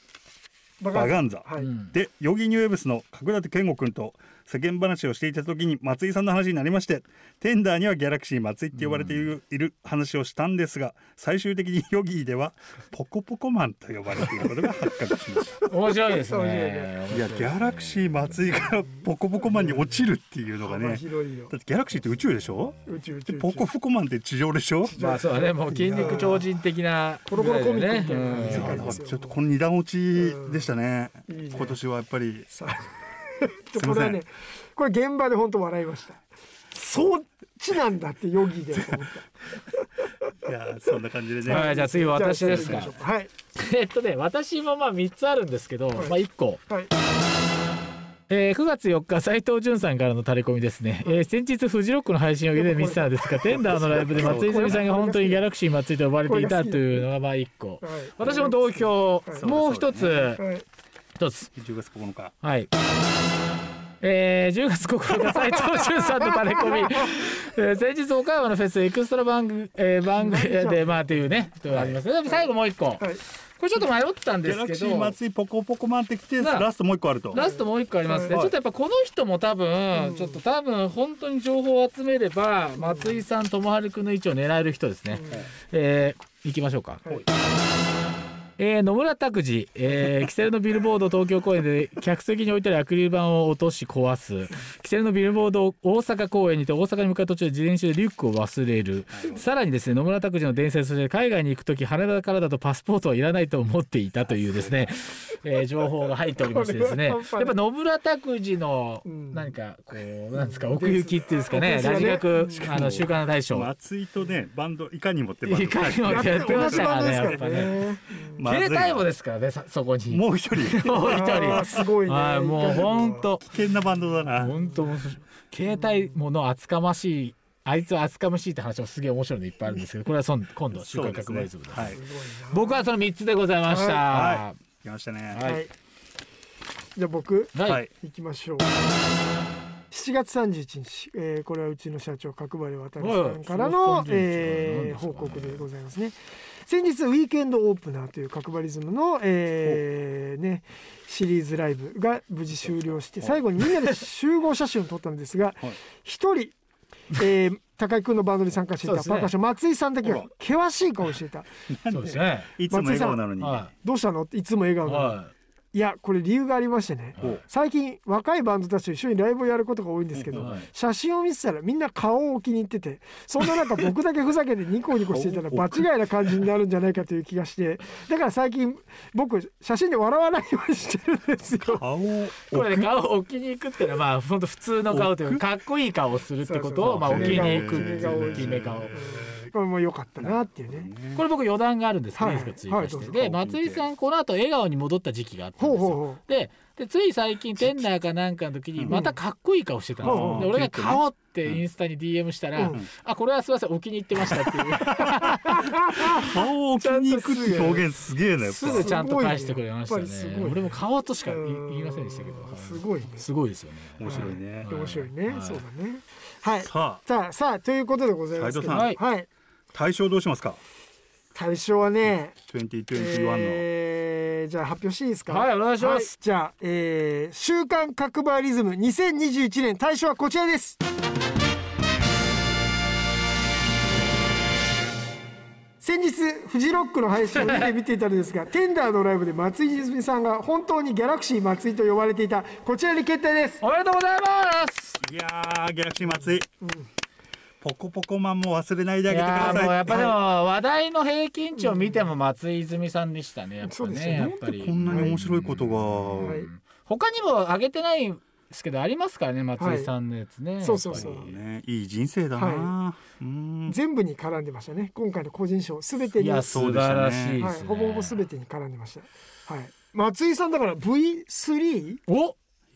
Speaker 4: バ
Speaker 3: バガンザ
Speaker 4: はい。
Speaker 2: うん
Speaker 3: でヨギニューウェブスの角館健吾君と世間話をしていた時に松井さんの話になりましてテンダーにはギャラクシー松井って呼ばれている,、いる話をしたんですが最終的にヨギーではポコポコマンと呼ばれていることが発覚しました
Speaker 2: 面白いです
Speaker 4: 面白い
Speaker 2: ね
Speaker 4: ね
Speaker 3: いやギャラクシー松井からポコポコマンに落ちるっていうのが
Speaker 4: 幅
Speaker 3: ね
Speaker 4: 広いよ
Speaker 3: だ。ってギャラクシーって宇宙でしょ
Speaker 4: 宇宙宇
Speaker 3: で
Speaker 4: 宙。
Speaker 3: ポコポコマンって地上でしょ
Speaker 2: まあそうだねもう筋肉超人的な
Speaker 4: コロコロコミックみたいな
Speaker 2: うん
Speaker 3: いや
Speaker 4: 世界
Speaker 3: ー
Speaker 4: ですよ
Speaker 3: ちょっとこの二段落ちでしたね、
Speaker 4: うんいいね
Speaker 3: 今年はやっぱり
Speaker 4: さあちょこれはね、これ現場で本当笑いました。そっちなんだってヨギでと思っ
Speaker 3: いやーそんな感じでね、
Speaker 2: はいじゃあ次は
Speaker 4: た。
Speaker 2: 私です
Speaker 4: じゃあ
Speaker 2: か
Speaker 4: 行きましょうはい
Speaker 2: えっとね私もまあ3つあるんですけど、まあ1個、
Speaker 4: はい。
Speaker 2: えー9月4日斉藤潤さんからのタレコミですね、えー先日フジロックの配信を家で見てたんですがテンダーのライブで松井泉さんが本当にギャラクシー松井と呼ばれていたというのがまあ1個
Speaker 4: はい
Speaker 2: 私も同票
Speaker 4: はい
Speaker 2: もう1つ
Speaker 4: はい。
Speaker 2: 1つ
Speaker 3: 10月9日
Speaker 2: はい。えー10月9日斉藤潤さんのタレコミ、えー先日岡山のフェスエクストラ番組、えー番組でまあというねとありますね、でも最後もう一個、
Speaker 4: はい。
Speaker 2: れちょっと迷ったん
Speaker 3: ギ
Speaker 2: で
Speaker 3: ャ
Speaker 2: す
Speaker 3: ラ
Speaker 2: け
Speaker 3: クシ
Speaker 2: ど
Speaker 3: ー松井ポコポコ回ってきて
Speaker 2: なあ
Speaker 3: ラストもう一個あると
Speaker 2: ラストもう一個ありますね、
Speaker 3: はい
Speaker 2: ちょっとやっぱこの人も多分、
Speaker 4: うん
Speaker 2: ちょっと多分本当に情報を集めれば、松井さん友春くんの位置を狙える人ですね、えー、行きましょうか、
Speaker 4: はい
Speaker 2: えー野村拓司、えー、キセルのビルボード東京公演で客席に置いてあるアクリル板を落とし壊すキセルのビルボードを大阪公演にて大阪に向かう途中で自転車でリュックを忘れるさらにですね野村拓司の伝説として海外に行く時羽田からだとパスポートはいらないと思っていたというですね、えー情報が入っておりましてです *laughs* ねや
Speaker 4: こ
Speaker 2: っ
Speaker 4: れは半端
Speaker 2: ぱ
Speaker 4: ない
Speaker 2: 野村拓司の
Speaker 4: うん
Speaker 2: 何かこうなんですか奥行きっていうんですかね
Speaker 4: ですよ
Speaker 2: ラジ
Speaker 4: ね
Speaker 2: 学あの週刊の大賞
Speaker 3: 松井とねバンドいかにもってバンド
Speaker 2: いかにも
Speaker 4: や
Speaker 2: や
Speaker 4: っ
Speaker 2: っ
Speaker 4: ぱ
Speaker 2: *laughs* て
Speaker 4: り同
Speaker 2: まし
Speaker 4: じ
Speaker 2: たからね
Speaker 4: 番組です
Speaker 2: や *laughs*
Speaker 4: か
Speaker 2: っ
Speaker 4: ら
Speaker 2: ぱね
Speaker 4: ね。
Speaker 3: まずい
Speaker 2: 携帯もですからねさそこに。
Speaker 3: もう一人危
Speaker 2: もう一
Speaker 4: あ
Speaker 2: 人
Speaker 4: ーすごいね。
Speaker 2: はい、もう本当、
Speaker 3: 険なバンドだな
Speaker 2: 本当面白い携帯もの厚かましい、あいつは厚かましいって話もすげえ面白いのいっぱいあるんですけど、これはそん今度週
Speaker 3: そう
Speaker 2: 刊
Speaker 3: で
Speaker 2: 革
Speaker 3: す
Speaker 2: 命
Speaker 3: ね
Speaker 2: リズムです。
Speaker 3: はい
Speaker 2: 僕はその三つでございました。
Speaker 3: はいは来ましたね
Speaker 2: はい
Speaker 4: はい。じゃあ僕
Speaker 2: はい
Speaker 3: はい
Speaker 4: 行きましょう。7月31日、えー、これはうちの社長角張渡さんか
Speaker 2: は
Speaker 4: らの
Speaker 2: い、
Speaker 4: え
Speaker 2: 7月
Speaker 4: ー
Speaker 2: 31日
Speaker 4: 報告でございますね。先日ウィークエンドオープナーという角張リズムの、えーね、シリーズライブが無事終了して最後にみんなで集合写真を撮ったのですが
Speaker 3: はい
Speaker 4: 一、人、えー、高井君のバンドに参加していた
Speaker 2: そうですね
Speaker 4: パーカッション、松井さんだけが
Speaker 3: ほら
Speaker 4: 険しい顔していた
Speaker 2: そうですね。
Speaker 3: いつも笑顔なのに
Speaker 2: は
Speaker 4: どうしたのっていつも笑
Speaker 2: い。
Speaker 4: 顔で、
Speaker 2: はい
Speaker 4: やこれ理由がありましてね
Speaker 3: お
Speaker 4: 最近若いバンドたちと一緒にライブをやることが多いんですけど、
Speaker 2: はい
Speaker 4: 写真を見てたらみんな顔を気に入っててそんな中僕だけふざけてニコニコ
Speaker 2: *laughs*
Speaker 4: していたら場違いな感じになるんじゃないかという気がしてだから最近僕写真で笑わないようにしてるんですよ。
Speaker 3: 顔を
Speaker 2: い。これね顔を置きに行くっていうのはまあ本当普通の顔というかかっこいい顔をするってことをまあ
Speaker 4: そう
Speaker 2: 置
Speaker 4: そう
Speaker 2: きに行くって
Speaker 4: へー
Speaker 2: いう大きめ顔。
Speaker 4: これも良かったなっていうね。
Speaker 2: これ僕余談があるんですけど、
Speaker 4: は
Speaker 2: い
Speaker 4: い
Speaker 2: ですか追加し
Speaker 4: はい
Speaker 2: て
Speaker 4: どうぞ
Speaker 2: で松井さんこの後笑顔に戻った時期があったん
Speaker 4: ほ
Speaker 2: で
Speaker 4: う
Speaker 2: す
Speaker 4: ほう
Speaker 2: よ。
Speaker 4: ほ
Speaker 2: ででつい最近テンダーかなんかの時に
Speaker 3: うん
Speaker 2: またかっこいい顔してたんですよ、
Speaker 4: うん
Speaker 2: で俺が「買おう」ってインスタに DM したら「
Speaker 4: うん
Speaker 2: あこれはすいませんお気に入ってました」っていう
Speaker 3: 顔を置きに行くって表現すげえなやっ
Speaker 2: す
Speaker 3: ぱ
Speaker 2: ぐちゃんと返してくれましたね
Speaker 4: やっぱりすごい
Speaker 2: 俺も「買おう」とし
Speaker 4: う
Speaker 2: か言い言いませんでしたけど
Speaker 4: う
Speaker 2: は
Speaker 4: ん
Speaker 2: い
Speaker 4: すごいね。
Speaker 2: すごいですよね
Speaker 3: 面白いね
Speaker 2: は
Speaker 4: 面白いね。
Speaker 2: はい
Speaker 4: そうだね。はい。
Speaker 3: さあ
Speaker 4: さあさあということでございますけど、
Speaker 3: 斉
Speaker 2: 藤
Speaker 4: はい。
Speaker 3: 対象どうしますか
Speaker 4: 対象はね。
Speaker 3: 2021の
Speaker 4: えーじゃあ発表していいですか
Speaker 2: はいお願いします
Speaker 4: じゃあ、えー週刊角張リズム2021年大賞はこちらです先日フジロックの配信を見て見ていたので
Speaker 2: *laughs*
Speaker 4: すがテンダーのライブで松井泉さんが本当にギャラクシー松井と呼ばれていたこちらに決定です
Speaker 2: おめでとうございます
Speaker 3: いやーギャラクシー松井ポコポコマンも忘れないであ
Speaker 2: い
Speaker 3: げてく
Speaker 2: や
Speaker 3: だ
Speaker 2: ーもうやっ
Speaker 3: さ
Speaker 2: ぱでも話題の平均値を見ても松井泉さんでしたねやっ
Speaker 4: そ
Speaker 2: ぱ
Speaker 4: うですよ
Speaker 2: ね
Speaker 4: ね
Speaker 2: やっぱ
Speaker 3: い
Speaker 2: り
Speaker 3: こんなに面白いことが
Speaker 4: はい
Speaker 2: 他にも挙げてないですけどありますからね松井さんのやつね、
Speaker 4: そうそうそう
Speaker 2: やっぱり
Speaker 3: ね、いい人生だな、
Speaker 4: は
Speaker 3: うーん
Speaker 4: 全部に絡んでましたね今回の個人賞すべて
Speaker 2: い
Speaker 4: に
Speaker 2: や素晴らしいで
Speaker 4: はい
Speaker 2: すね、、
Speaker 4: ほぼほぼ全てに絡んでました、はい、松井さんだから V3?V3
Speaker 2: お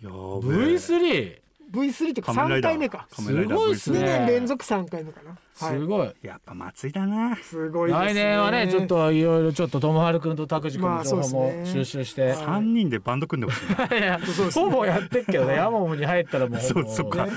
Speaker 3: やーべえ
Speaker 2: V3
Speaker 4: ってか
Speaker 3: 仮面ラ
Speaker 4: 3
Speaker 3: イダー
Speaker 4: 回目か
Speaker 3: 仮面ライダー
Speaker 2: すごいっす
Speaker 3: V3
Speaker 4: 2
Speaker 2: ね
Speaker 4: 年連続3回目かな、はい、
Speaker 2: すごい、
Speaker 3: やっぱ松井だな
Speaker 4: すごいですね
Speaker 2: 来年はねちょっといろいろちょっと友春君と拓司君
Speaker 4: ま
Speaker 2: の
Speaker 4: あそ
Speaker 2: 情
Speaker 4: うです
Speaker 2: 報
Speaker 4: ね
Speaker 2: も収集して、 *laughs*
Speaker 4: はい
Speaker 3: 三人でバンド組んでほしいな
Speaker 2: いや
Speaker 4: そうですね
Speaker 2: ほぼやってっけどねヤモムに入ったらもう
Speaker 3: *laughs* そうそっか